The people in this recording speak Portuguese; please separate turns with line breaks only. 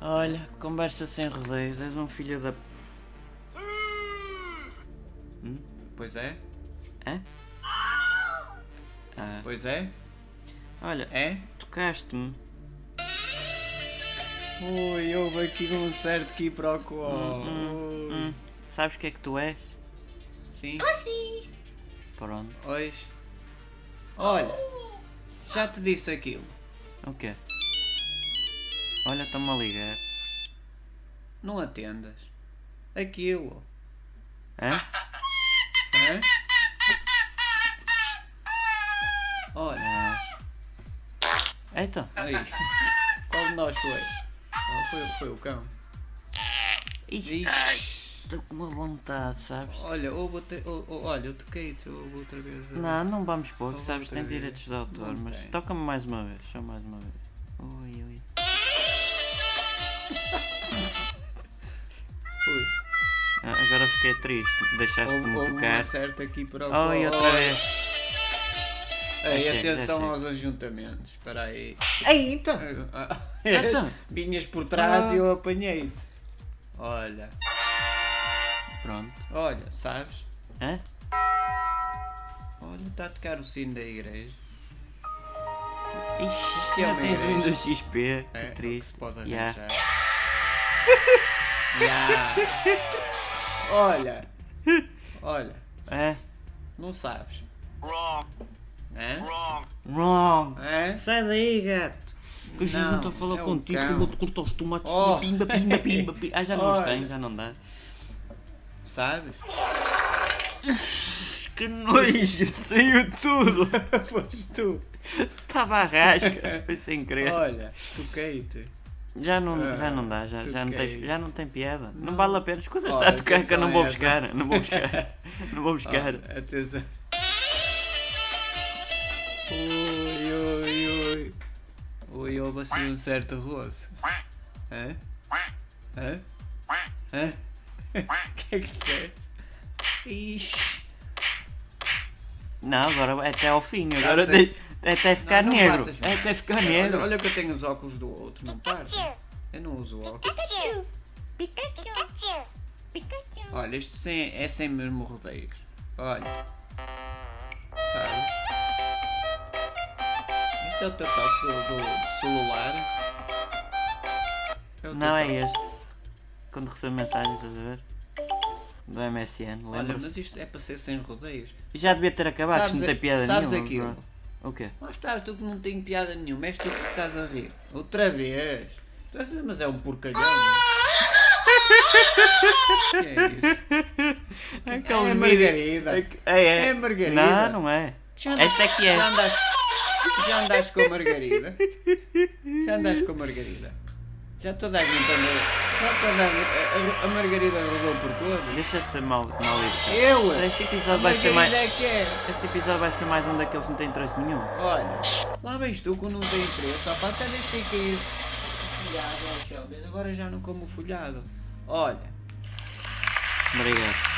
Olha, conversa sem rodeios, és um filho da. Hum?
Pois é,
Hã? Ah,
pois é,
olha,
é.
tocaste-me.
Ui, houve aqui um certo quiproquo.
Hum, sabes o que é que tu és?
Uhum, Sim,
Pronto.
hoje. Olha, já te disse aquilo.
é O quê? Olha, estão-me a ligar.
Não atendas. Aquilo. né?
Hã?
Hã? Olha,
Ah. Então.
aí. Qual de nós foi? Oh, foi? Foi o cão.
Ixi,
Ixi.
estou tá com uma vontade, sabes?
Olha, houve outra, oh, oh, olha, eu toquei-te houve outra vez.
Não, não vamos pôr,
Não
sabes, tem
tem.
direitos de autor,
Não
mas
tem.
toca-me mais uma vez, só mais uma vez. Ui, ui.
Ui.
Ah, Agora fiquei triste, deixaste-me
Houve
tocar.
uma certa aqui por algum.
Oi, outra vez. Achei,
Ei, É, atenção
achei.
aos ajuntamentos, espera aí.
Ei, então. Então.
Vinhas por trás
Ah.
e eu apanhei-te. Olha,
Pronto.
olha, sabes?
Hã?
Olha, está a tocar o sino da igreja.
Ixi,
Que é
já
uma
tens
igreja.
Windows XP, que
É, é o que se
triste.
pode
Yeah.
arranjar. Yeah. Olha, olha,
É?
não sabes.
Wrong,
Hã?
wrong.
Wrong!
Hã?
Sai daí, gato! Que hoje
Não,
não estou a falar
é um
contigo, que
cão.
eu vou-te cortar os tomates tipo,
Oh.
pimba, pimba, pimba, pimba. Ah, já não os
Olha.
tenho, já não dá.
Sabes?
Que nojo, saiu tudo!
Pois tu.
Estava à rasca, foi sem querer.
Olha, toquei-te.
Já não,
Ah,
já não dá, já, já, não
toquei.
tens, já não tem piada. Não,
Não.
vale a pena, as coisas
Olha, é
está a tocar que eu não vou
atenção a
buscar, não vou buscar, não vou buscar.
Ah, atenção. Ui, ui, ui. Ui, houve assim um certo roço. Hã? Hã? Hã? O que é que disseste? Ixi.
Não, agora é até ao fim,
Sabe,
agora
sei.
de- é até ficar
Não, não
negro,
matas,
é
mano.
até ficar
Olha,
negro.
olha que eu tenho os óculos do outro, não pares? Eu não uso óculos.
Pikachu! Pikachu! Pikachu!
Olha, isto sem, é sem mesmo rodeios. Olha. Sabe? Este é o teu toque do, do celular? É o teu
Não é
toque.
este. Quando recebo mensagem, estás a ver? Do MSN,
Olha,
lembras?
mas isto é para ser sem rodeios.
Já devia ter acabado, isto não tem
a-
piada
sabes
nenhuma.
aquilo? É
O quê?
Lá estás tu que não tem piada nenhuma, és tu que estás a rir. Outra vez. Tu és- Mas é um porcalhão. que é isso?
Aquele
é
vídeo-
Margarida.
Aque- É, é.
É Margarida.
Não, não é. Esta é que é.
Já andaste, já andaste com a Margarida? Já andaste com a Margarida? Já toda a gente andou. Já toda a, a, a Margarida rodou por todo.
Deixa de ser mal, mal educado.
Eu!
Este
A
episódio vai ser
Margarida
mais.
é que é.
Este episódio vai ser mais um daqueles que não tem interesse nenhum.
Olha, lá vens tu que eu não tenho interesse, só para até deixei cair o folhado ao chão, mas agora já não como folhado. Olha,
Obrigado.